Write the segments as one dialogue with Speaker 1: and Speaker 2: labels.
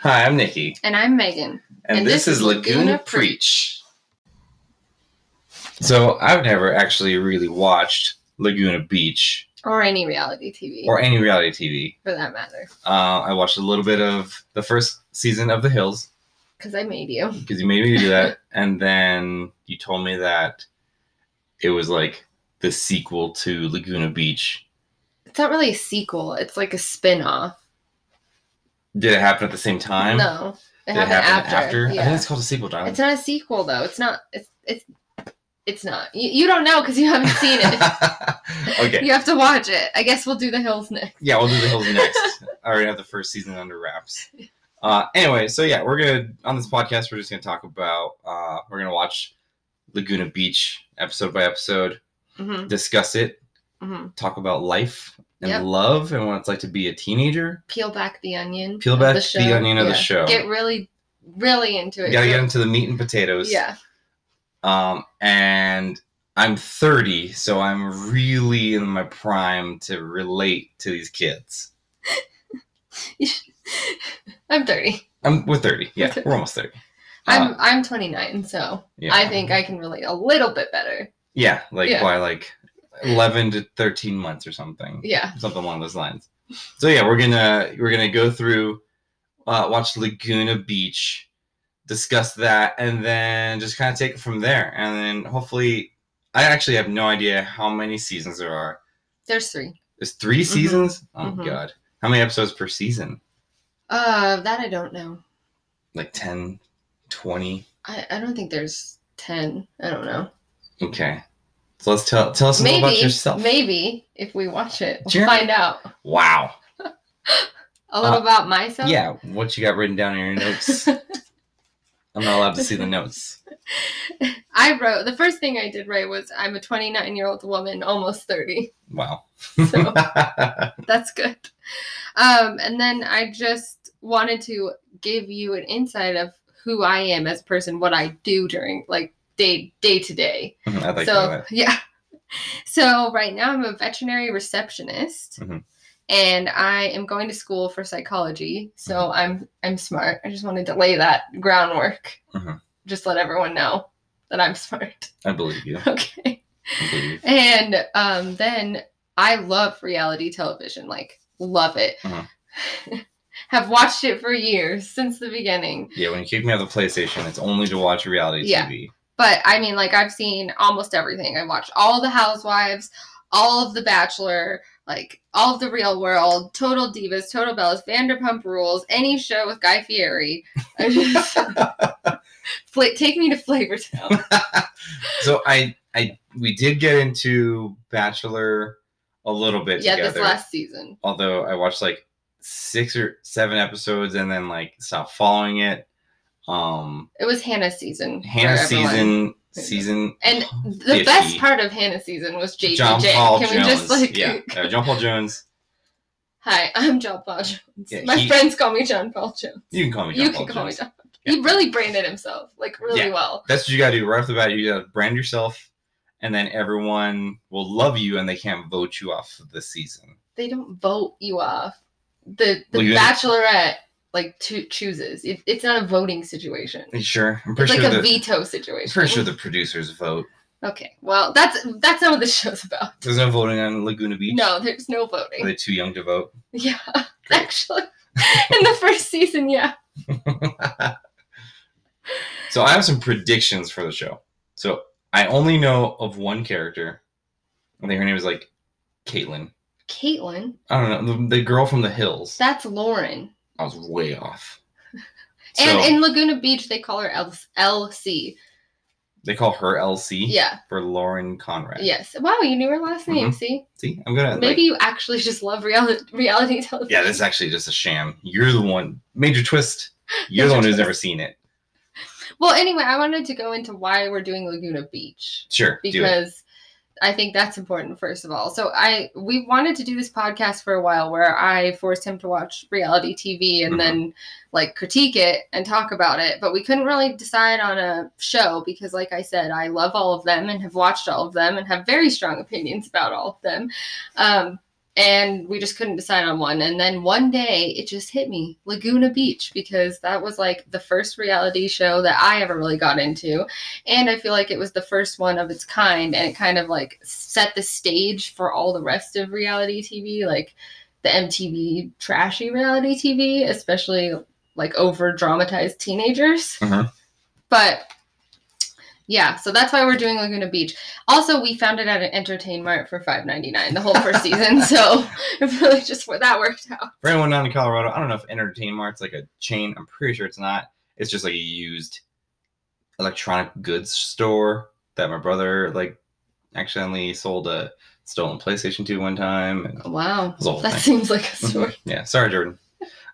Speaker 1: Hi, I'm Nikki,
Speaker 2: And I'm Megan.
Speaker 1: and, this, is Laguna, Preach. So I've never actually really watched Laguna Beach
Speaker 2: Or any reality TV,
Speaker 1: or any reality
Speaker 2: for that matter,
Speaker 1: TV. Uh, I watched a little bit of the first season of The Hills
Speaker 2: because I made you.
Speaker 1: because you made me do that, and then you told me that it was like the sequel to Laguna Beach.
Speaker 2: It's not really a sequel, it's like a spin off.
Speaker 1: Did it happen at the same time?
Speaker 2: No, it
Speaker 1: Did it
Speaker 2: happened
Speaker 1: happen
Speaker 2: after.
Speaker 1: after? I
Speaker 2: Yeah.
Speaker 1: think
Speaker 2: It's,
Speaker 1: it's called a sequel, John.
Speaker 2: not a sequel, though. It's not. It's, it's, it's not. You, you don't know because you haven't seen it.
Speaker 1: okay.
Speaker 2: You have to watch it. I guess we'll do The Hills next.
Speaker 1: Yeah, we'll do the hills next. I already have the first season under wraps. Uh, anyway, so yeah, we're gonna on this podcast. We're just gonna talk about. Uh, we're gonna watch Laguna Beach episode by episode,
Speaker 2: hmm
Speaker 1: discuss it,
Speaker 2: hmm
Speaker 1: talk about life and
Speaker 2: Yep.
Speaker 1: love and what it's like to be a teenager.
Speaker 2: Peel back the onion.
Speaker 1: Peel
Speaker 2: of
Speaker 1: back the,
Speaker 2: show.
Speaker 1: onion of the
Speaker 2: Yeah.
Speaker 1: show.
Speaker 2: Get really, really into it.
Speaker 1: you gotta get into the meat and potatoes.
Speaker 2: Yeah.
Speaker 1: Um, and I'm 30, so I'm really in my prime to relate to these kids.
Speaker 2: I'm 30.
Speaker 1: I'm we're 30. Yeah,
Speaker 2: Okay.
Speaker 1: we're almost 30. Uh,
Speaker 2: I'm I'm 29, so
Speaker 1: yeah.
Speaker 2: I think I can relate a little bit better.
Speaker 1: Yeah, like
Speaker 2: Yeah.
Speaker 1: by like eleven to thirteen months or something,
Speaker 2: Yeah.
Speaker 1: something along those lines. So yeah, we're gonna we're gonna go through, uh, watch Laguna Beach, discuss that, and then just kind of take it from there. And then hopefully, I actually have no idea how many seasons there are.
Speaker 2: There's three.
Speaker 1: There's 3 seasons. Oh
Speaker 2: Mhm.
Speaker 1: god, how many episodes per season?
Speaker 2: Uh, that I don't know.
Speaker 1: Like 10, 20?
Speaker 2: I, I don't think there's 10. I don't know.
Speaker 1: Okay, so let's tell tell us a little
Speaker 2: Maybe,
Speaker 1: about yourself.
Speaker 2: maybe if we watch it, we'll
Speaker 1: Jeremy-
Speaker 2: find out
Speaker 1: Wow.
Speaker 2: a little
Speaker 1: Uh,
Speaker 2: about myself.
Speaker 1: Yeah, what you got written down in your notes. I'm not allowed to see the notes.
Speaker 2: I wrote the first thing I did write was I'm a 29 year old woman, almost 30.
Speaker 1: Wow.
Speaker 2: So that's good. Um, and then I just wanted to give you an insight of who I am as a person, what I do during like day day to day.
Speaker 1: I like
Speaker 2: so
Speaker 1: that.
Speaker 2: yeah so right now i'm a veterinary receptionist
Speaker 1: Mhm.
Speaker 2: and i am going to school for psychology so i'm i'm smart i just want to delay that groundwork
Speaker 1: Mhm.
Speaker 2: just let everyone know that i'm smart
Speaker 1: I believe you.
Speaker 2: okay
Speaker 1: I believe you.
Speaker 2: and um then i love reality television like love it
Speaker 1: Mhm.
Speaker 2: have watched it for years since the beginning
Speaker 1: Yeah, when you kick me out of the PlayStation, it's only to watch reality
Speaker 2: Yeah.
Speaker 1: TV.
Speaker 2: But I mean, like I've seen almost everything. I watched all the Housewives, all of The Bachelor, like all of the Real World, Total Divas, Total Bellas, Vanderpump Rules, any show with Guy Fieri. I just Fla- take me to Flavortown.
Speaker 1: So I, I, we did get into Bachelor a little bit
Speaker 2: yeah,
Speaker 1: together.
Speaker 2: this last season.
Speaker 1: although I watched like six or seven episodes and then like stopped following it. Um,
Speaker 2: It was Hannah's season. for
Speaker 1: Hannah
Speaker 2: everyone.
Speaker 1: season season
Speaker 2: And the
Speaker 1: Iffy.
Speaker 2: best part of Hannah's season was JJ.
Speaker 1: John Paul
Speaker 2: Can we
Speaker 1: Jones.
Speaker 2: just like
Speaker 1: yeah, uh, John Paul Jones.
Speaker 2: Hi, I'm John Paul Jones.
Speaker 1: Yeah,
Speaker 2: My
Speaker 1: he-
Speaker 2: friends call me John Paul Jones.
Speaker 1: You can call me. John
Speaker 2: you
Speaker 1: Paul
Speaker 2: can call
Speaker 1: Jones.
Speaker 2: me John.
Speaker 1: Yeah.
Speaker 2: He really branded himself like really
Speaker 1: Yeah.
Speaker 2: well.
Speaker 1: That's what you gotta do right off the bat. You gotta brand yourself, and then everyone will love you, and they can't vote you off of the season.
Speaker 2: They don't vote you off. The the
Speaker 1: Well, you-
Speaker 2: Bachelorette like to, chooses. It, it's not a voting situation.
Speaker 1: Are you sure? I'm
Speaker 2: It's
Speaker 1: pretty
Speaker 2: like
Speaker 1: sure
Speaker 2: a
Speaker 1: the
Speaker 2: veto
Speaker 1: I'm
Speaker 2: situation.
Speaker 1: pretty sure the producers vote.
Speaker 2: Okay, well that's that's not what the show's about.
Speaker 1: There's no voting on Laguna Beach.
Speaker 2: No, there's no
Speaker 1: Are
Speaker 2: voting.
Speaker 1: they too young to vote?
Speaker 2: Yeah,
Speaker 1: Great.
Speaker 2: actually, in the first season, yeah.
Speaker 1: So I have some predictions for the show. So I only know of one character. I think her name is like Caitlin.
Speaker 2: Caitlyn,
Speaker 1: I don't know the, the girl from the hills.
Speaker 2: that's Lauren.
Speaker 1: I was way off.
Speaker 2: And
Speaker 1: So,
Speaker 2: in Laguna Beach, they call her L- LC.
Speaker 1: they call her LC
Speaker 2: Yeah.
Speaker 1: for Lauren Conrad.
Speaker 2: Yes. Wow, you knew her last name. See,
Speaker 1: See, I'm gonna Mm-hmm. like,
Speaker 2: maybe you actually just love reality reality television.
Speaker 1: Yeah, this is actually just a sham. You're the one. Major twist. You're the
Speaker 2: Major
Speaker 1: one who's
Speaker 2: twist.
Speaker 1: never seen it.
Speaker 2: Well, anyway, I wanted to go into why we're doing Laguna Beach
Speaker 1: Sure. do it.
Speaker 2: because I think that's important first of all. So I we wanted to do this podcast for a while where I forced him to watch reality TV and
Speaker 1: Mhm.
Speaker 2: then like critique it and talk about it, but we couldn't really decide on a show because like I said, I love all of them and have watched all of them and have very strong opinions about all of them. Um and we just couldn't decide on one. And then one day it just hit me Laguna Beach, because that was like the first reality show that I ever really got into. And I feel like it was the first one of its kind, and it kind of like set the stage for all the rest of reality TV, like the MTV trashy reality TV, especially like over dramatized teenagers.
Speaker 1: Mhm.
Speaker 2: But yeah, so that's why we're doing Laguna Beach. Also, we found it at an Entertain Mart for five ninety nine the whole first season, so it really just that worked out.
Speaker 1: For anyone not in Colorado, I don't know if Entertain Mart's like a chain. I'm pretty sure it's not. It's just like a used electronic goods store that my brother like accidentally sold a stolen PlayStation 2 one time. And
Speaker 2: Wow,
Speaker 1: was a whole
Speaker 2: that
Speaker 1: thing.
Speaker 2: seems like a story.
Speaker 1: yeah, sorry, Jordan.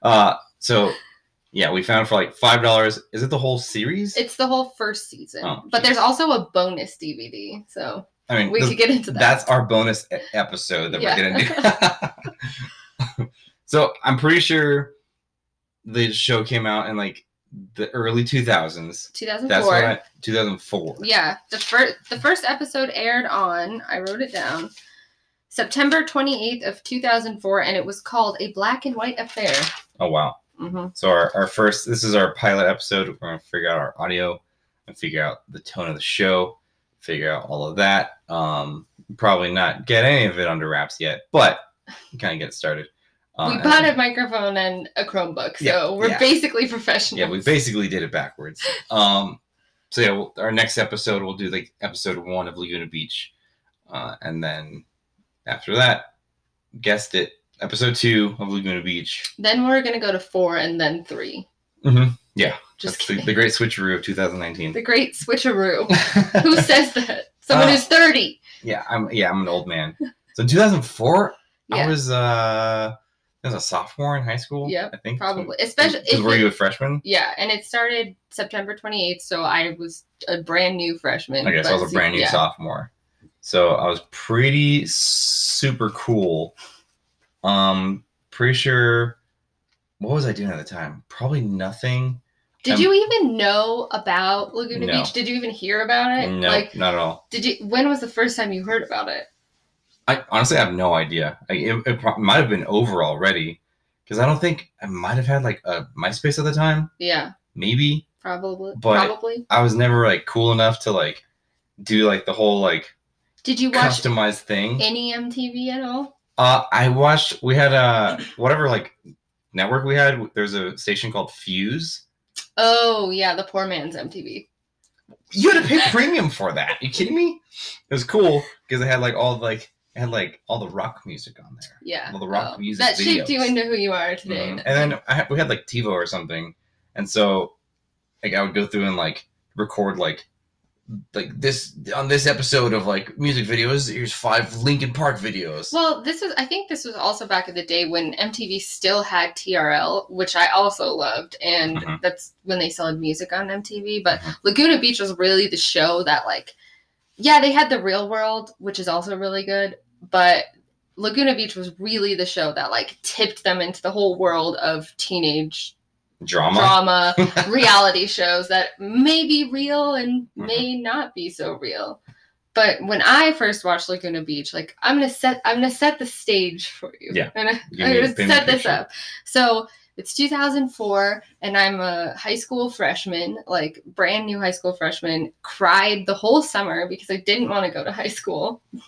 Speaker 1: Uh, so yeah, we found for like five dollars. Is it the whole series?
Speaker 2: It's the whole first season,
Speaker 1: Oh,
Speaker 2: but
Speaker 1: geez.
Speaker 2: there's also a bonus DVD, so
Speaker 1: I mean,
Speaker 2: we
Speaker 1: the-
Speaker 2: could get into that.
Speaker 1: that's our bonus e- episode that
Speaker 2: Yeah.
Speaker 1: we're gonna do. so I'm pretty sure the show came out in like the early 2000s. That's
Speaker 2: 2004.
Speaker 1: what I, 2004.
Speaker 2: Yeah, the first the first episode aired on, I wrote it down, September 28th of 2004 and it was called A Black and White Affair.
Speaker 1: Oh wow!
Speaker 2: hmm
Speaker 1: So our, our first this is our pilot episode. We're gonna figure out our audio and figure out the tone of the show, figure out all of that. Um, probably not get any of it under wraps yet, but kind of get started. Uh,
Speaker 2: we bought
Speaker 1: and-
Speaker 2: a microphone and a Chromebook, so
Speaker 1: Yeah,
Speaker 2: we're
Speaker 1: yeah.
Speaker 2: basically professional.
Speaker 1: yeah we basically did it backwards um so yeah we'll, our next episode we'll do like episode one of laguna beach uh, and then after that guessed it episode two of laguna beach
Speaker 2: then we're going to go to 4 and then 3.
Speaker 1: mm-hmm. yeah
Speaker 2: Just
Speaker 1: that's the,
Speaker 2: kidding.
Speaker 1: the great switcheroo of 2019
Speaker 2: The great switcheroo. Who says that? Someone
Speaker 1: Uh,
Speaker 2: who's 30.
Speaker 1: yeah i'm yeah i'm an old man so in 2004 i
Speaker 2: Yeah.
Speaker 1: was uh i was a sophomore in high school
Speaker 2: Yep,
Speaker 1: i think
Speaker 2: Probably. Especially
Speaker 1: because
Speaker 2: if
Speaker 1: were
Speaker 2: it-
Speaker 1: you a freshman
Speaker 2: Yeah, and it started September 28th, so I was a brand new freshman.
Speaker 1: I guess I
Speaker 2: but
Speaker 1: was a
Speaker 2: see-
Speaker 1: brand new
Speaker 2: yeah.
Speaker 1: sophomore. So I was pretty super cool. Um, pretty sure. What was I doing at the time? Probably nothing.
Speaker 2: Did
Speaker 1: Um,
Speaker 2: you even know about Laguna
Speaker 1: No.
Speaker 2: Beach? Did you even hear about it?
Speaker 1: No,
Speaker 2: Like,
Speaker 1: not at all.
Speaker 2: did you? When was the first time you heard about it?
Speaker 1: I honestly have no idea. I, it it pro- might have been over already because I don't think I might have had like a MySpace at the time.
Speaker 2: Yeah,
Speaker 1: Maybe
Speaker 2: probably.
Speaker 1: But-
Speaker 2: probably.
Speaker 1: I was never like cool enough to like do like the whole like
Speaker 2: Did you watch
Speaker 1: customized thing.
Speaker 2: any MTV at all?
Speaker 1: Uh, I watched. We had a whatever like network we had. There's a station called Fuse.
Speaker 2: Oh yeah, the poor man's MTV.
Speaker 1: You had to pay premium for that. you kidding me? It was cool because it had like all like it had like all the rock music on there.
Speaker 2: Yeah. Oh,
Speaker 1: Well, the rock music
Speaker 2: That shaped you
Speaker 1: videos.
Speaker 2: into who you are today.
Speaker 1: Mhm. And then I had, we had like TiVo or something, and so like I would go through and like record like like this on this episode of like music videos. Here's five Linkin Park videos.
Speaker 2: Well, this was I think this was also back in the day when MTV still had TRL, which I also loved, and
Speaker 1: Mhm.
Speaker 2: that's when they sold music on MTV. But
Speaker 1: Mhm.
Speaker 2: Laguna Beach was really the show that like yeah, they had the real world, which is also really good, but Laguna Beach was really the show that like tipped them into the whole world of teenage
Speaker 1: Drama.
Speaker 2: drama, reality shows that may be real and
Speaker 1: Mhm.
Speaker 2: may not be so real. But when I first watched Laguna Beach, like I'm gonna set I'm gonna set the stage for you.
Speaker 1: Yeah.
Speaker 2: And I-
Speaker 1: Give
Speaker 2: I'm
Speaker 1: me-
Speaker 2: gonna
Speaker 1: paint me a
Speaker 2: set this
Speaker 1: picture.
Speaker 2: up. So it's 2004, and I'm a high school freshman, like brand new high school freshman. Cried the whole summer because I didn't want to go to high school.
Speaker 1: You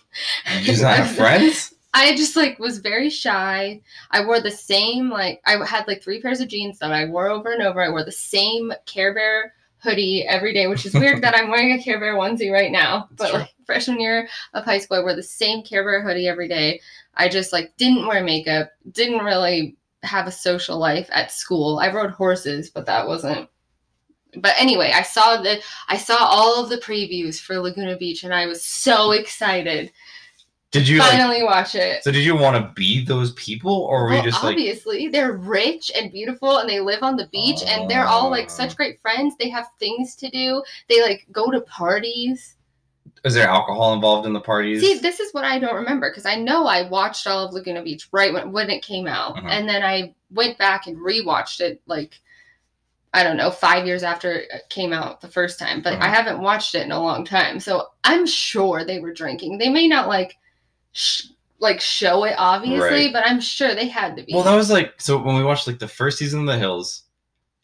Speaker 1: just not have friends.
Speaker 2: I just like was very shy. I wore the same like I had like three pairs of jeans that I wore over and over. I wore the same Care Bear hoodie every day, which is weird that I'm wearing a Care Bear onesie right now.
Speaker 1: That's
Speaker 2: But
Speaker 1: true.
Speaker 2: like freshman year of high school, I wore the same Care Bear hoodie every day. I just like didn't wear makeup, didn't really have a social life at school. I rode horses, but that wasn't but anyway, I saw the I saw all of the previews for Laguna Beach and I was so excited.
Speaker 1: Did you like
Speaker 2: Finally watch it.
Speaker 1: So did you want to be those people, or were
Speaker 2: Well,
Speaker 1: you just like,
Speaker 2: obviously they're rich and beautiful and they live on the beach and they're all like
Speaker 1: Oh.
Speaker 2: such great friends they have things to do they like go to parties
Speaker 1: is there alcohol involved in the parties?
Speaker 2: see this is what i don't remember because i know i watched all of laguna beach right when, when it came out
Speaker 1: Mhm.
Speaker 2: and then i went back and rewatched it like i don't know five years after it came out the first time but i
Speaker 1: Mhm.
Speaker 2: haven't watched it in a long time so i'm sure they were drinking they may not like sh- like show it obviously,
Speaker 1: Right.
Speaker 2: but I'm sure they had to be.
Speaker 1: Well, that was like so when we watched like the first season of The Hills,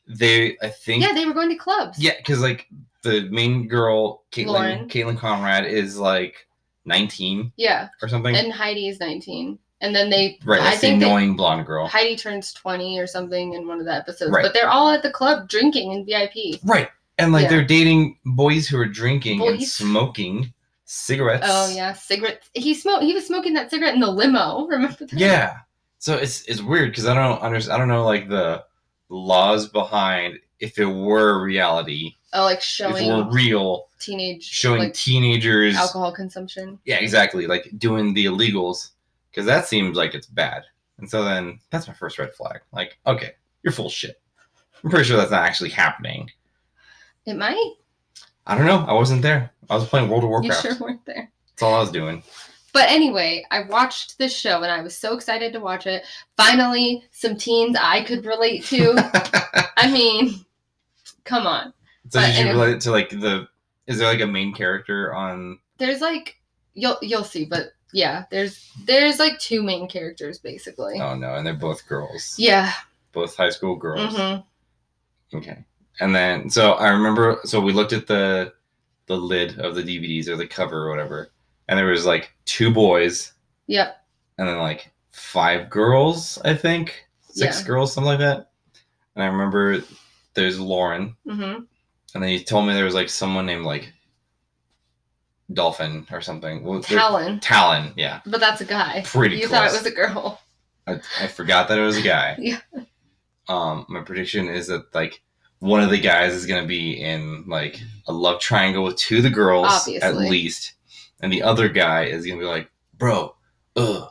Speaker 1: they I think
Speaker 2: yeah, they were going to clubs.
Speaker 1: yeah, because like the main girl Caitlin
Speaker 2: Lauren.
Speaker 1: Caitlin Conrad is like nineteen
Speaker 2: yeah.
Speaker 1: or something.
Speaker 2: And Heidi is 19, and then they
Speaker 1: right,
Speaker 2: I
Speaker 1: that's the
Speaker 2: think they-
Speaker 1: annoying blonde girl.
Speaker 2: Heidi turns 20 or something in one of the episodes.
Speaker 1: Right.
Speaker 2: But they're all at the club drinking in VIP.
Speaker 1: right, and like
Speaker 2: Yeah.
Speaker 1: they're dating boys who are drinking and
Speaker 2: Boys.
Speaker 1: smoking cigarettes.
Speaker 2: Oh yeah, cigarettes. He smoked. He was smoking that cigarette in the limo. Remember that?
Speaker 1: Yeah. So it's it's weird because I don't understand. I don't know like the laws behind if it were reality,
Speaker 2: Oh, like
Speaker 1: if it
Speaker 2: showing
Speaker 1: were real,
Speaker 2: teenage
Speaker 1: showing
Speaker 2: like
Speaker 1: teenagers.
Speaker 2: alcohol consumption.
Speaker 1: Yeah, exactly. Like doing the illegals because that seems like it's bad. And so then that's my first red flag. Like, okay, you're full of shit. I'm pretty sure that's not actually happening.
Speaker 2: It might.
Speaker 1: I don't know. I wasn't there. I was playing World of
Speaker 2: You
Speaker 1: Warcraft.
Speaker 2: sure weren't there.
Speaker 1: That's all I was doing.
Speaker 2: But anyway, I watched this show and I was so excited to watch it. Finally, some teens I could relate to. I mean, come on.
Speaker 1: So
Speaker 2: But
Speaker 1: did you
Speaker 2: anyway.
Speaker 1: relate it to like the? Is there like a main character on?
Speaker 2: There's like you'll you'll see, but yeah, there's there's like two main characters basically.
Speaker 1: Oh no, and they're both girls.
Speaker 2: Yeah.
Speaker 1: both high school girls.
Speaker 2: mhm.
Speaker 1: Okay. And then so I remember so we looked at the the lid of the DVDs or the cover or whatever, and there was like two boys
Speaker 2: Yep.
Speaker 1: and then like five girls, I think. Six
Speaker 2: Yeah.
Speaker 1: girls, something like that. And I remember there's Lauren,
Speaker 2: Mhm.
Speaker 1: and then you told me there was like someone named like Dolphin or something. Well, there-
Speaker 2: Talon.
Speaker 1: Talon, yeah.
Speaker 2: But that's a guy.
Speaker 1: Pretty
Speaker 2: you
Speaker 1: close.
Speaker 2: thought it was a girl.
Speaker 1: I, I forgot that it was a guy.
Speaker 2: Yeah.
Speaker 1: Um, my prediction is that like one of the guys is gonna be in like a love triangle with two of the girls at
Speaker 2: Obviously.
Speaker 1: least, and the other guy is gonna be like, bro, ugh,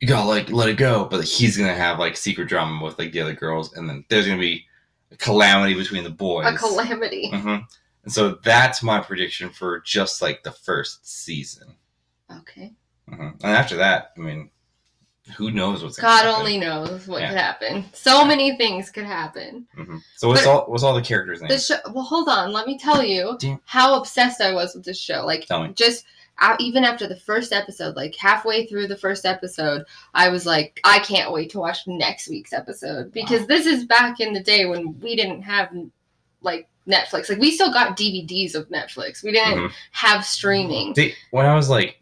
Speaker 1: you gotta like let it go. But he's gonna have like secret drama with like the other girls, and then there's gonna be a calamity between the boys.
Speaker 2: A calamity.
Speaker 1: Mhm. And so that's my prediction for just like the first season.
Speaker 2: Okay.
Speaker 1: Mhm. And after that, I mean, who knows what's gonna
Speaker 2: God
Speaker 1: happen.
Speaker 2: only knows what
Speaker 1: Yeah.
Speaker 2: could happen. So many things could happen.
Speaker 1: Mhm. So what's
Speaker 2: But-
Speaker 1: all what's all the characters'
Speaker 2: The
Speaker 1: names?
Speaker 2: show, well, hold on. Let me tell you
Speaker 1: Damn.
Speaker 2: how obsessed I was with this show. Like,
Speaker 1: Tell me.
Speaker 2: just uh, even after the first episode, like halfway through the first episode, I was like, I can't wait to watch next week's episode because this is back in the day when we didn't have like Netflix. Like, we still got DVDs of Netflix. We didn't
Speaker 1: Mhm.
Speaker 2: have streaming.
Speaker 1: See, when I was like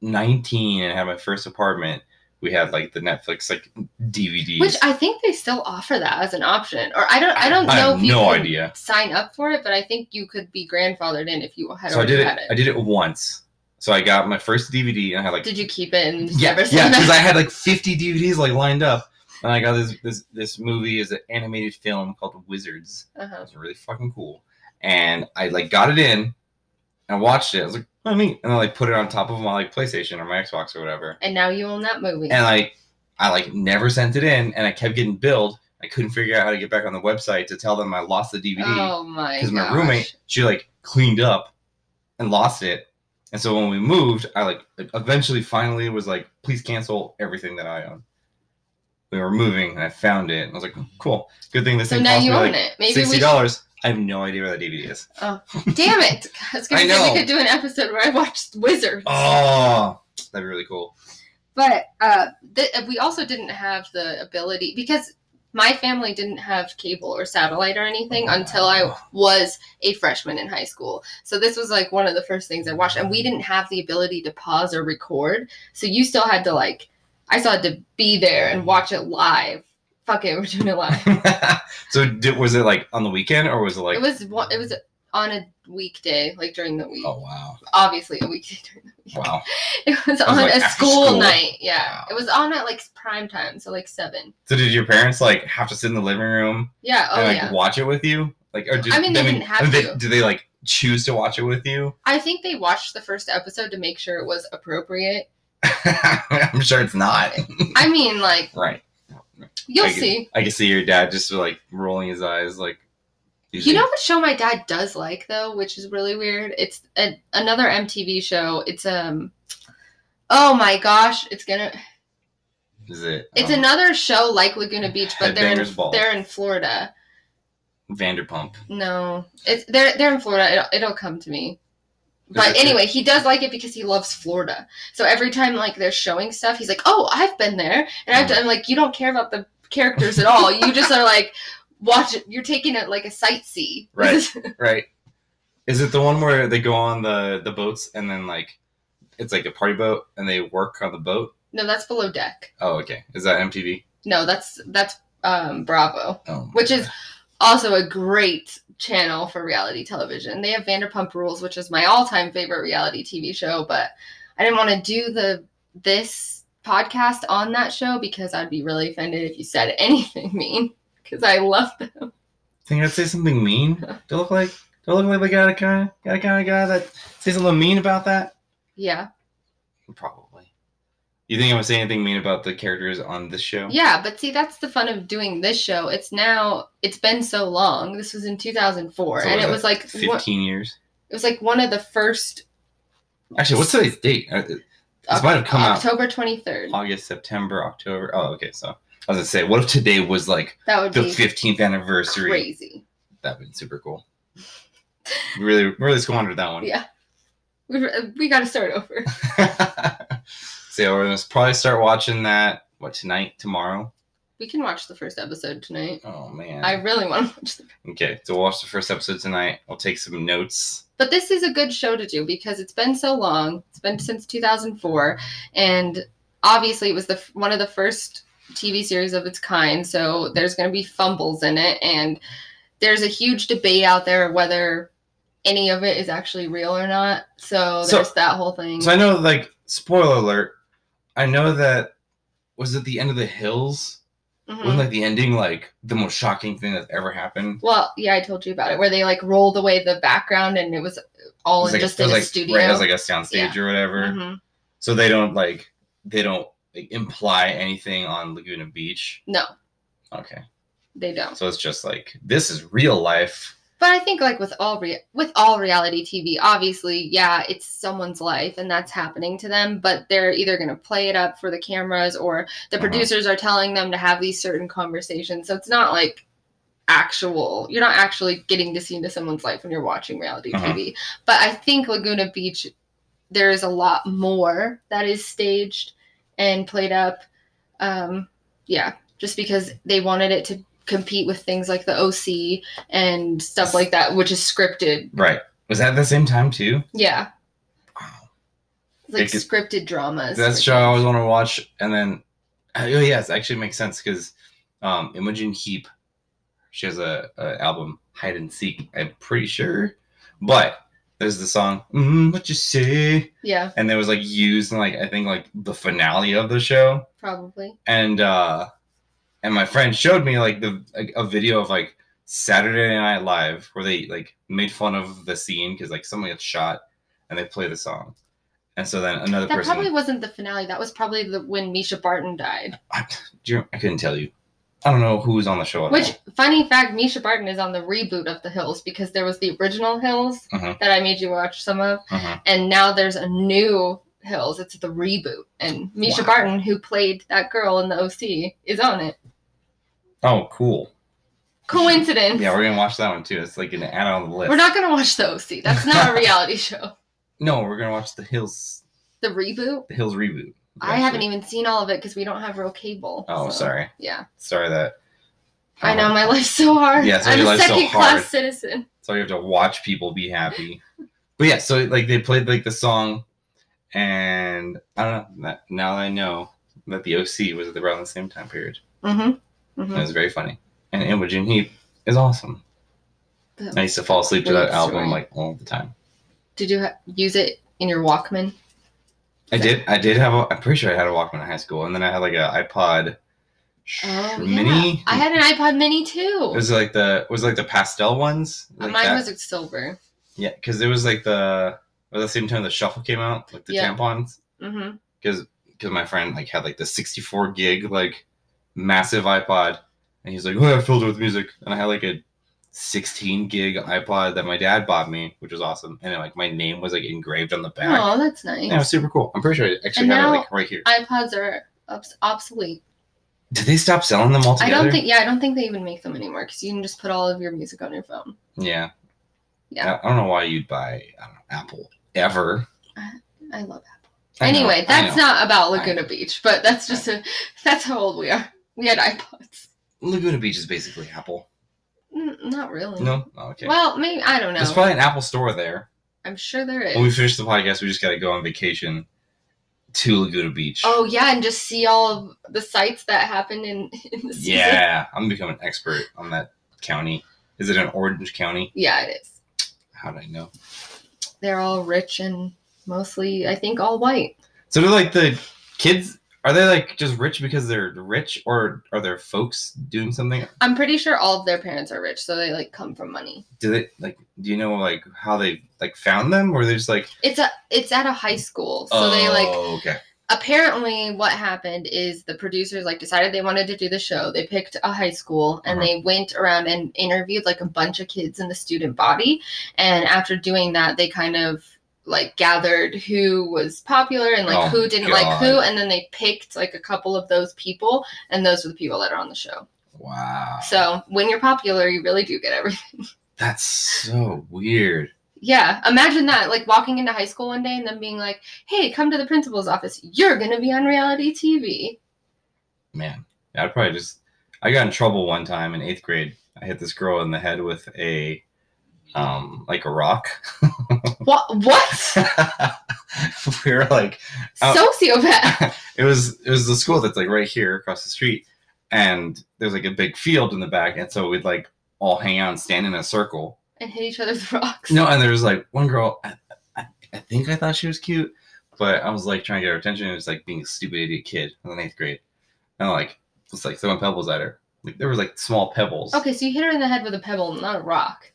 Speaker 1: 19 and had my first apartment, we had like the Netflix like DVDs.
Speaker 2: Which I think they still offer that as an option, or I don't. I don't know.
Speaker 1: have
Speaker 2: if you
Speaker 1: no
Speaker 2: can
Speaker 1: idea.
Speaker 2: Sign up for it, but I think you could be grandfathered in if you had
Speaker 1: So I
Speaker 2: already
Speaker 1: did it,
Speaker 2: had it.
Speaker 1: I did it once. So I got my first DVD and I had like
Speaker 2: Did you keep it and just
Speaker 1: yeah
Speaker 2: never
Speaker 1: yeah
Speaker 2: send
Speaker 1: because I
Speaker 2: it?
Speaker 1: had like 50 DVDs like lined up. And I got this this this movie is an animated film called Wizards. It
Speaker 2: Uh-huh.
Speaker 1: was really fucking cool. And I like got it in and I watched it. I was like, oh neat. And I like put it on top of my like PlayStation or my Xbox or whatever.
Speaker 2: And now you own that movie.
Speaker 1: and like I like never sent it in, and I kept getting billed. I couldn't figure out how to get back on the website to tell them I lost the DVD
Speaker 2: oh my
Speaker 1: because
Speaker 2: gosh.
Speaker 1: my roommate she like cleaned up and lost it, and so when we moved, I like eventually finally was like, please cancel everything that I own. We were moving, and I found it, and I was like, cool, good thing this
Speaker 2: So
Speaker 1: thing
Speaker 2: now
Speaker 1: cost
Speaker 2: you
Speaker 1: me
Speaker 2: own
Speaker 1: like
Speaker 2: it. Maybe
Speaker 1: sixty
Speaker 2: we.
Speaker 1: dollars. I have no idea where that DVD is.
Speaker 2: should- Damn it! I was gonna
Speaker 1: I
Speaker 2: say
Speaker 1: know.
Speaker 2: we could do an episode where I watched Wizards.
Speaker 1: Oh, that'd be really cool.
Speaker 2: But uh, th- we also didn't have the ability because my family didn't have cable or satellite or anything
Speaker 1: Oh.
Speaker 2: until I was a freshman in high school. So this was like one of the first things I watched, and we didn't have the ability to pause or record. So you still had to like, I still had to be there and watch it live. Fuck it, we're doing it live.
Speaker 1: so did, was it like on the weekend or was it like?
Speaker 2: it was one- it was on a weekday, like during the week.
Speaker 1: oh wow,
Speaker 2: Obviously, a weekday. During the week.
Speaker 1: wow.
Speaker 2: It was
Speaker 1: was
Speaker 2: on
Speaker 1: like
Speaker 2: a
Speaker 1: after
Speaker 2: school,
Speaker 1: school?
Speaker 2: night. Yeah,
Speaker 1: Wow.
Speaker 2: it was on at like prime time, so like seven.
Speaker 1: So did your parents like have to sit in the living room
Speaker 2: Yeah. Oh
Speaker 1: and like
Speaker 2: yeah.
Speaker 1: watch it with you? Like, or did
Speaker 2: I mean, they didn't have
Speaker 1: they-
Speaker 2: to.
Speaker 1: Did they like choose to watch it with you?
Speaker 2: I think they watched the first episode to make sure it was appropriate.
Speaker 1: I'm sure it's not.
Speaker 2: I mean, like
Speaker 1: right.
Speaker 2: you'll
Speaker 1: I can-
Speaker 2: see.
Speaker 1: I can see your dad just like rolling his eyes, like.
Speaker 2: You know what show my dad does like though, which is really weird. It's a, another MTV show. It's um, oh my gosh, it's gonna.
Speaker 1: Is it?
Speaker 2: It's
Speaker 1: um,
Speaker 2: another show like Laguna Beach, but they're in,
Speaker 1: Headbangers Ball.
Speaker 2: they're in Florida.
Speaker 1: Vanderpump.
Speaker 2: No, it's they're they're in Florida. It'll, it'll come to me. But
Speaker 1: Gotcha.
Speaker 2: anyway, he does like it because he loves Florida. So every time like they're showing stuff, he's like, "Oh, I've been there," and I've
Speaker 1: Mhm.
Speaker 2: done like you don't care about the characters at all. You just are like watch. You're taking it like a sightsee.
Speaker 1: Right. right? Is it the one where they go on the the boats and then like it's like a party boat and they work on the boat?
Speaker 2: no, that's below deck.
Speaker 1: Oh, okay. Is that MTV?
Speaker 2: No, that's that's um, Bravo,
Speaker 1: Oh, my
Speaker 2: which is
Speaker 1: God.
Speaker 2: also a great channel for reality television. They have Vanderpump Rules, which is my all-time favorite reality TV show. But I didn't want to do the this podcast on that show because I'd be really offended if you said anything mean. Because I love them.
Speaker 1: think I'd say something mean. Do I look like do I look like the kind of guy, guy kind of guy that say something mean about that?
Speaker 2: Yeah,
Speaker 1: Probably. You think I'm gonna say anything mean about the characters on this show?
Speaker 2: yeah. But see, that's the fun of doing this show. It's now. It's been so long. This was in 2004,
Speaker 1: So
Speaker 2: and
Speaker 1: was
Speaker 2: it
Speaker 1: that
Speaker 2: was like
Speaker 1: Fifteen
Speaker 2: one-
Speaker 1: years.
Speaker 2: it was like one of the first.
Speaker 1: Actually, what's today's date? Uh, This might have come out
Speaker 2: October 23rd.
Speaker 1: August, September, October. Oh, okay. So I was gonna say, what if today was like
Speaker 2: That would
Speaker 1: the
Speaker 2: be
Speaker 1: fifteenth anniversary?
Speaker 2: crazy.
Speaker 1: That'd been super cool. We really, really squandered that one.
Speaker 2: Yeah. We, uh, we got to start over.
Speaker 1: so yeah, we're gonna probably start watching that. What tonight? Tomorrow?
Speaker 2: We can watch the first episode tonight.
Speaker 1: Oh man.
Speaker 2: I really want to watch the.
Speaker 1: Okay, so we'll watch the first episode tonight. I'll take some notes.
Speaker 2: But this is a good show to do because it's been so long. It's been since 2004, and obviously it was the f- one of the first TV series of its kind. So there's going to be fumbles in it, and there's a huge debate out there of whether any of it is actually real or not. So
Speaker 1: So-
Speaker 2: there's that whole thing.
Speaker 1: So I know, like, spoiler alert. I know that was at the end of the hills.
Speaker 2: Mhm.
Speaker 1: Wasn't like the ending like the most shocking thing that's ever happened?
Speaker 2: well, yeah, I told you about it where they like rolled away the background and it was all
Speaker 1: It was
Speaker 2: in
Speaker 1: like-
Speaker 2: just
Speaker 1: it
Speaker 2: in
Speaker 1: was
Speaker 2: a
Speaker 1: like,
Speaker 2: studio.
Speaker 1: Right, it was like a soundstage or whatever.
Speaker 2: Mhm.
Speaker 1: So they don't like they don't like, imply anything on Laguna Beach.
Speaker 2: No,
Speaker 1: Okay,
Speaker 2: they don't.
Speaker 1: so it's just like this is real life.
Speaker 2: But I think like with all rea- with all reality TV, obviously, yeah, it's someone's life and that's happening to them, but they're either going to play it up for the cameras or the
Speaker 1: Mhm.
Speaker 2: producers are telling them to have these certain conversations. So it's not like actual you're not actually getting to see into someone's life when you're watching reality
Speaker 1: Uh-huh.
Speaker 2: TV. But I think Laguna Beach there is a lot more that is staged and played up. Um yeah, just because they wanted it to compete with things like the OC and stuff like that, which is scripted.
Speaker 1: Right? Was that at the same time too?
Speaker 2: Yeah,
Speaker 1: Wow.
Speaker 2: like
Speaker 1: Because-
Speaker 2: scripted dramas.
Speaker 1: That's a show I always want to watch. And then, oh yes, actually makes sense because um, Imogen Heap, she has a, a album Hide and Seek. I'm pretty sure, but there's the song mm, "What You Say,"
Speaker 2: Yeah,
Speaker 1: and it was like used in like I think like the finale of the show.
Speaker 2: probably.
Speaker 1: And uh, and my friend showed me like the like, a video of like Saturday Night Live where they like made fun of the scene because like someone gets shot and they play the song. And so then another
Speaker 2: That
Speaker 1: person
Speaker 2: probably wasn't the finale. That was probably the when Misha Barton died.
Speaker 1: I, do you- I couldn't tell you. I don't know who's on the show. At
Speaker 2: Which
Speaker 1: all.
Speaker 2: funny fact, Misha Barton is on the reboot of The Hills because there was the original Hills
Speaker 1: Mhm.
Speaker 2: that I made you watch some of,
Speaker 1: Mhm.
Speaker 2: and now there's a new Hills. It's the reboot, and Misha
Speaker 1: Wow.
Speaker 2: Barton, who played that girl in the OC, is on it.
Speaker 1: Oh, cool.
Speaker 2: Coincidence?
Speaker 1: Yeah, we're gonna watch that one too. It's like an add on the list.
Speaker 2: we're not gonna watch the OC. That's not a reality show.
Speaker 1: No, we're gonna watch the Hills.
Speaker 2: The reboot.
Speaker 1: The Hills reboot.
Speaker 2: I haven't
Speaker 1: actually.
Speaker 2: even seen all of it because we don't have real cable.
Speaker 1: Oh,
Speaker 2: so,
Speaker 1: sorry.
Speaker 2: Yeah,
Speaker 1: Sorry that.
Speaker 2: I know
Speaker 1: Um,
Speaker 2: my life's so hard.
Speaker 1: Yeah, so
Speaker 2: I'm
Speaker 1: your
Speaker 2: a
Speaker 1: life's so
Speaker 2: second class
Speaker 1: hard.
Speaker 2: citizen.
Speaker 1: So you have to watch people be happy. but yeah, so like they played like the song, and I don't know. That, now that I know that the OC was around the same time period,
Speaker 2: Mm-hmm.
Speaker 1: and it was very funny. And Imogen Heap is awesome. I used to fall asleep to
Speaker 2: Great
Speaker 1: that album
Speaker 2: story.
Speaker 1: like all the time.
Speaker 2: Did you ha- use it in your Walkman?
Speaker 1: I did. I did have. A, I'm pretty sure I had a Walkman in high school, and then I had like an iPod sh-
Speaker 2: Oh,
Speaker 1: Mini.
Speaker 2: yeah. I had an iPod Mini
Speaker 1: It
Speaker 2: too.
Speaker 1: was like the it was like the pastel ones. Like
Speaker 2: Mine
Speaker 1: that.
Speaker 2: was silver.
Speaker 1: yeah, because it was like the at the same time the shuffle came out, like the
Speaker 2: Yeah.
Speaker 1: tampons.
Speaker 2: Mm-hmm.
Speaker 1: Because because my friend like had like the 64 gig like massive iPod, and he's like, oh, I filled it with music, and I had like a 16 gig iPod that my dad bought me, which was awesome, and like my name was like engraved on the back.
Speaker 2: Oh, that's nice.
Speaker 1: Yeah, it was super cool. I'm pretty sure I actually
Speaker 2: And
Speaker 1: have it
Speaker 2: now-
Speaker 1: like right here.
Speaker 2: iPods are obs- obsolete.
Speaker 1: Did they stop selling them altogether?
Speaker 2: I don't think. Yeah, I don't think they even make them anymore because you can just put all of your music on your phone.
Speaker 1: Yeah.
Speaker 2: Yeah.
Speaker 1: I, I don't know why you'd buy I don't know, Apple ever.
Speaker 2: I love Apple.
Speaker 1: I know,
Speaker 2: anyway,
Speaker 1: I
Speaker 2: that's
Speaker 1: know.
Speaker 2: not about
Speaker 1: I
Speaker 2: Laguna Beach, but that's just a, that's how old we are. We had iPods.
Speaker 1: Laguna Beach is basically Apple.
Speaker 2: N- not really.
Speaker 1: No, oh, Mm, okay.
Speaker 2: Well, maybe I don't know.
Speaker 1: There's probably an Apple store there.
Speaker 2: I'm sure there is.
Speaker 1: When we finish the podcast, we just got to go on vacation to Laguna Beach.
Speaker 2: Oh yeah, and just see all of the sites that happened in, in the season.
Speaker 1: yeah, I'm gonna become an expert on that county. Is it an Orange County?
Speaker 2: Yeah, it is.
Speaker 1: How do I know?
Speaker 2: They're all rich and mostly, I think, all white.
Speaker 1: So do like the kids? Are they like just rich because they're rich, or are their folks doing something?
Speaker 2: I'm pretty sure all of their parents are rich, so they like come from money.
Speaker 1: Do they like? Do you know like how they like found them, or they're just like?
Speaker 2: It's a it's at a high school, so they like
Speaker 1: "Oh, okay.
Speaker 2: apparently what happened is the producers like decided they wanted to do the show they picked a high school and
Speaker 1: Uh-huh.
Speaker 2: they went around and interviewed like a bunch of kids in the student body and after doing that they kind of like gathered who was popular and like
Speaker 1: Oh,
Speaker 2: who didn't like who
Speaker 1: God.
Speaker 2: and then they picked like a couple of those people and those are the people that are on the show
Speaker 1: Wow.
Speaker 2: so when you're popular you really do get everything
Speaker 1: that's so weird.
Speaker 2: yeah imagine that like walking into high school one day and then being like hey come to the principal's office you're gonna be on reality tv
Speaker 1: man yeah, i'd probably just i got in trouble one time in eighth grade i hit this girl in the head with a um like a rock
Speaker 2: what what
Speaker 1: we were like Oh.
Speaker 2: sociopath.
Speaker 1: it was it was the school that's like right here across the street and there's like a big field in the back and so we'd like all hang out and stand in a circle
Speaker 2: and hit each other's rocks.
Speaker 1: no and there was like one girl i, I, I think i thought she was cute but i was like trying to get her attention and it was like being a stupid idiot kid in eighth grade and like it's like throwing pebbles at her like there was like small pebbles
Speaker 2: Okay, so you hit her in the head with a pebble, not a rock.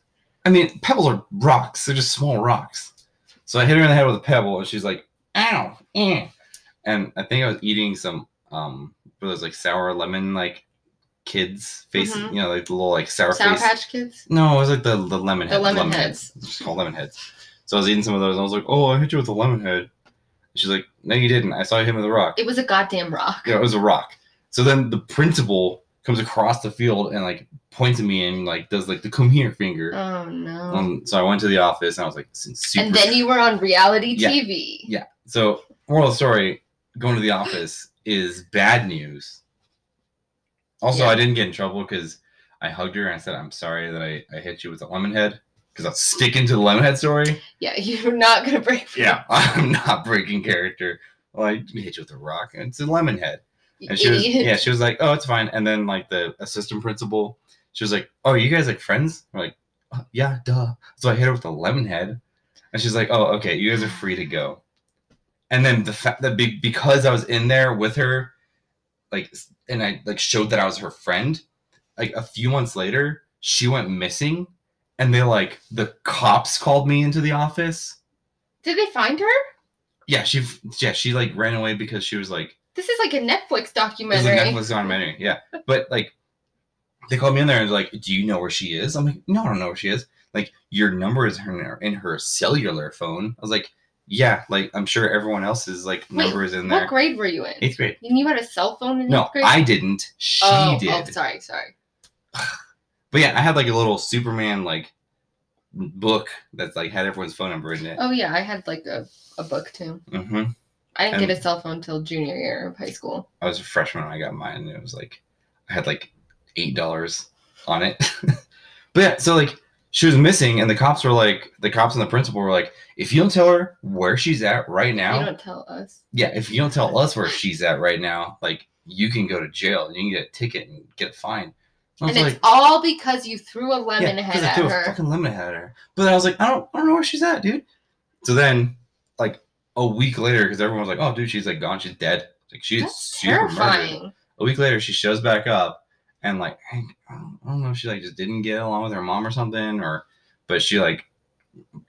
Speaker 1: I mean, pebbles are rocks. They're just small rocks. So I hit her in the head with a pebble, and she's like, "Ow!" eh." And I think I was eating some um, what are those like sour lemon like kids faces,
Speaker 2: Mhm.
Speaker 1: you know, like the little like sour,
Speaker 2: Sour
Speaker 1: face.
Speaker 2: Patch Kids.
Speaker 1: No, it was like the the lemon
Speaker 2: The
Speaker 1: head.
Speaker 2: lemon
Speaker 1: It's just called lemon heads. So I was eating some of those, and I was like, "Oh, I hit you with a lemon head." And she's like, "No, you didn't. I saw you hit me with a rock."
Speaker 2: It was a goddamn rock.
Speaker 1: Yeah, it was a rock. So then the principal comes across the field and like points at me and like does like the come here finger.
Speaker 2: Oh no.
Speaker 1: Um, so I went to the office and I was like, "This is super.
Speaker 2: and then you were on reality
Speaker 1: Yeah.
Speaker 2: TV.
Speaker 1: Yeah. so moral of the story, going to the office is bad news. Also,
Speaker 2: Yeah.
Speaker 1: I didn't get in trouble because I hugged her and I said, I'm sorry that I, I hit you with a lemon head because I'm sticking to the lemon head story.
Speaker 2: Yeah, you're not gonna break. free.
Speaker 1: I'm not breaking character. Like, we hit you with a rock and it's a lemon head.
Speaker 2: You
Speaker 1: And she was,
Speaker 2: idiot.
Speaker 1: yeah, she was like, oh, it's fine. And then like the assistant principal, she was like, oh, are you guys like friends? I'm like, "Uh, yeah, duh. So I hit her with a lemon head, and she's like, oh, okay, you guys are free to go. And then the fact that be- because I was in there with her, like, s- and I like showed that I was her friend, like a few months later, she went missing, and they like the cops called me into the office.
Speaker 2: Did they find her?
Speaker 1: Yeah, she f- yeah she like ran away because she was like
Speaker 2: This is like a Netflix
Speaker 1: It's
Speaker 2: documentary.
Speaker 1: a Netflix documentary. Yeah, but like they called me in there and they're like, "Do you know where she is?" I'm like, "No, I don't know where she is." Like your number is in her in her cellular phone. I was like, "Yeah, like I'm sure everyone else's like
Speaker 2: Wait,
Speaker 1: number is in
Speaker 2: what
Speaker 1: there."
Speaker 2: grade were you in?
Speaker 1: Eighth grade.
Speaker 2: and you had a cell phone in
Speaker 1: No,
Speaker 2: eighth grade?
Speaker 1: I didn't. She
Speaker 2: oh,
Speaker 1: did.
Speaker 2: oh, sorry, sorry.
Speaker 1: But yeah, I had like a little Superman like book that's like had everyone's phone number in it.
Speaker 2: Oh yeah, I had like a, a book too.
Speaker 1: hmm
Speaker 2: I didn't
Speaker 1: And-
Speaker 2: get a cell phone till junior year of high school.
Speaker 1: I was a freshman when I got mine, and it was like I had like eight dollars on it. but yeah, so like she was missing, and the cops were like, the cops and the principal were like, if you don't tell her where she's at right
Speaker 2: You
Speaker 1: now,
Speaker 2: don't tell us.
Speaker 1: yeah, if you don't tell us where she's at right now, like you can go to jail, you can get a ticket and get a fine. And I was
Speaker 2: And it's
Speaker 1: like,
Speaker 2: all because you threw a
Speaker 1: yeah,
Speaker 2: lemon
Speaker 1: 'cause
Speaker 2: head
Speaker 1: I
Speaker 2: at
Speaker 1: threw a
Speaker 2: her.
Speaker 1: fucking lemon head at her. But then I was like, I don't, I don't know where she's at, dude. So then, like a week later, because everyone was like, oh, dude, she's like gone, she's dead. Like she's
Speaker 2: That's
Speaker 1: super murdered
Speaker 2: terrifying.
Speaker 1: a week later she shows back up and like I don't, I don't know if she like just didn't get along with her mom or something or but she like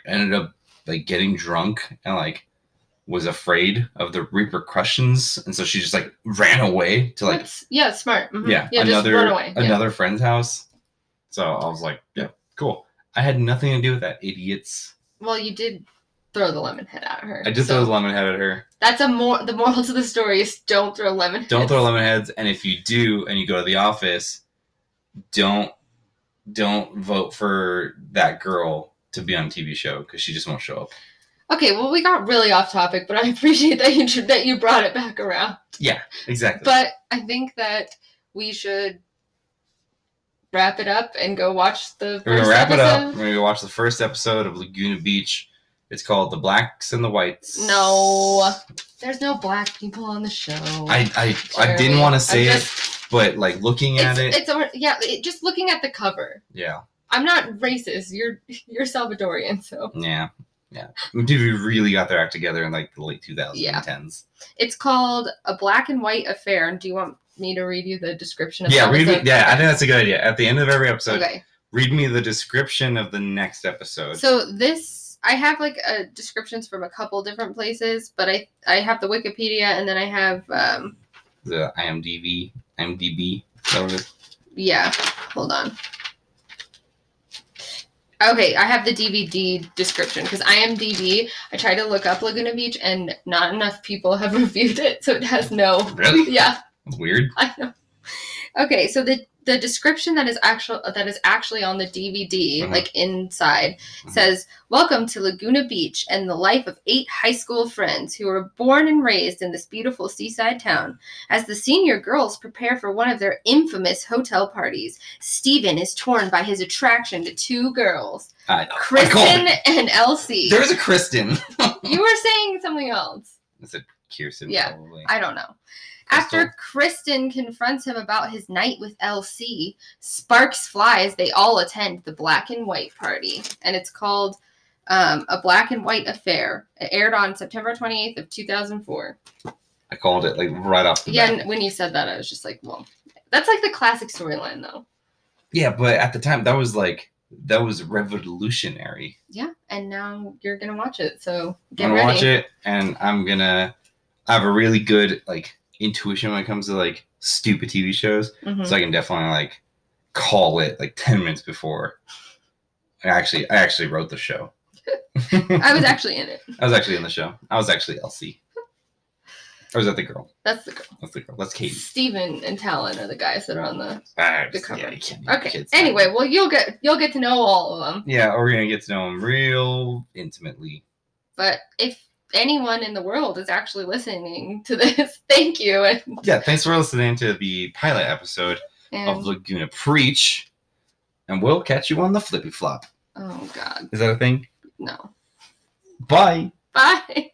Speaker 1: ended up like getting drunk and like was afraid of the repercussions and so she just like ran away to like
Speaker 2: That's- yeah, smart. Mhm.
Speaker 1: yeah, another
Speaker 2: just run away. Yeah.
Speaker 1: another friend's house so i was like yeah cool i had nothing to do with that idiots
Speaker 2: Well, you did throw the lemon head at her.
Speaker 1: i just
Speaker 2: so
Speaker 1: throw a lemon head at her
Speaker 2: That's a more. The moral to the story is don't throw lemon.
Speaker 1: don't
Speaker 2: heads.
Speaker 1: throw lemon heads and if you do and you go to the office don't don't vote for that girl to be on a tv show because she just won't show up
Speaker 2: Okay, well, we got really off topic, but I appreciate that you that you brought it back around.
Speaker 1: Exactly.
Speaker 2: But I think that we should wrap it up and go watch the.
Speaker 1: We're gonna
Speaker 2: first
Speaker 1: wrap it up.
Speaker 2: episode.
Speaker 1: We're gonna watch the first episode of Laguna Beach. It's called The Blacks and the Whites.
Speaker 2: No, there's no black people on the show.
Speaker 1: I I, I didn't
Speaker 2: Jeremy.
Speaker 1: want to
Speaker 2: I'm
Speaker 1: say it,
Speaker 2: just-
Speaker 1: but like looking at
Speaker 2: It's,
Speaker 1: it,
Speaker 2: it's a- yeah. It, just looking at the cover,
Speaker 1: yeah,
Speaker 2: I'm not racist. You're you're Salvadorian, so
Speaker 1: yeah, yeah. MTV really got their act together in like the late 2010s.
Speaker 2: it's called a black and white affair. And do you want me to read you the description? Of
Speaker 1: Yeah,
Speaker 2: the
Speaker 1: read me.
Speaker 2: episode?
Speaker 1: Yeah, I think that's a good idea. At the end of every episode,
Speaker 2: okay.
Speaker 1: read me the description of the next episode.
Speaker 2: So this I have like uh descriptions from a couple different places, but I I have the Wikipedia and then I have um
Speaker 1: the IMDb, IMDb. Is that what it is?
Speaker 2: yeah, hold on. Okay, I have the DVD description because IMDb. I tried to look up Laguna Beach and not enough people have reviewed it, so it has no.
Speaker 1: Really?
Speaker 2: Yeah,
Speaker 1: That's weird.
Speaker 2: I know. Okay, so the the description that is actual that is actually on the DVD,
Speaker 1: Mhm.
Speaker 2: like inside,
Speaker 1: Mhm.
Speaker 2: says, "Welcome to Laguna Beach and the life of eight high school friends who were born and raised in this beautiful seaside town. As the senior girls prepare for one of their infamous hotel parties, Steven is torn by his attraction to two girls,
Speaker 1: I, I called
Speaker 2: Kristen
Speaker 1: it.
Speaker 2: and Elsie."
Speaker 1: There's a Kristen.
Speaker 2: you were saying something else.
Speaker 1: That's a Kirsten.
Speaker 2: Yeah,
Speaker 1: Probably.
Speaker 2: I don't know.
Speaker 1: Crystal.
Speaker 2: After Kristen confronts him about his night with LC, sparks fly as they all attend the black and white party. And it's called um, A Black and White Affair. It aired on September 28th of 2004.
Speaker 1: I called it like right off the
Speaker 2: Yeah,
Speaker 1: bat.
Speaker 2: and when you said that, I was just like, well, that's like the classic storyline, though.
Speaker 1: Yeah, but at the time that was like that was revolutionary.
Speaker 2: Yeah, and now you're going to watch it, so get
Speaker 1: I'm gonna
Speaker 2: ready.
Speaker 1: watch it and I'm gonna I have a really good like intuition when it comes to like stupid TV shows.
Speaker 2: Mhm.
Speaker 1: So I can definitely like call it like ten minutes before. I actually I actually wrote the show.
Speaker 2: I was actually in it.
Speaker 1: I was actually in the show. I was actually Elsie. Or is that the girl?
Speaker 2: That's the girl.
Speaker 1: That's the girl. That's Katie.
Speaker 2: Steven and Talon are the guys that are on the.
Speaker 1: Ah,
Speaker 2: The
Speaker 1: just-
Speaker 2: cover.
Speaker 1: yeah, you can't name
Speaker 2: Okay.
Speaker 1: kids.
Speaker 2: Anyway, well, you'll get you'll get to know all of them.
Speaker 1: Yeah, we're gonna get to know him real intimately.
Speaker 2: But if anyone in the world is actually listening to this, thank you. And,
Speaker 1: Yeah, thanks for listening to the pilot episode
Speaker 2: and-
Speaker 1: of Laguna Preach. And we'll catch you on the flippy flop.
Speaker 2: oh, God,
Speaker 1: Is that a thing?
Speaker 2: no.
Speaker 1: Bye.
Speaker 2: Bye.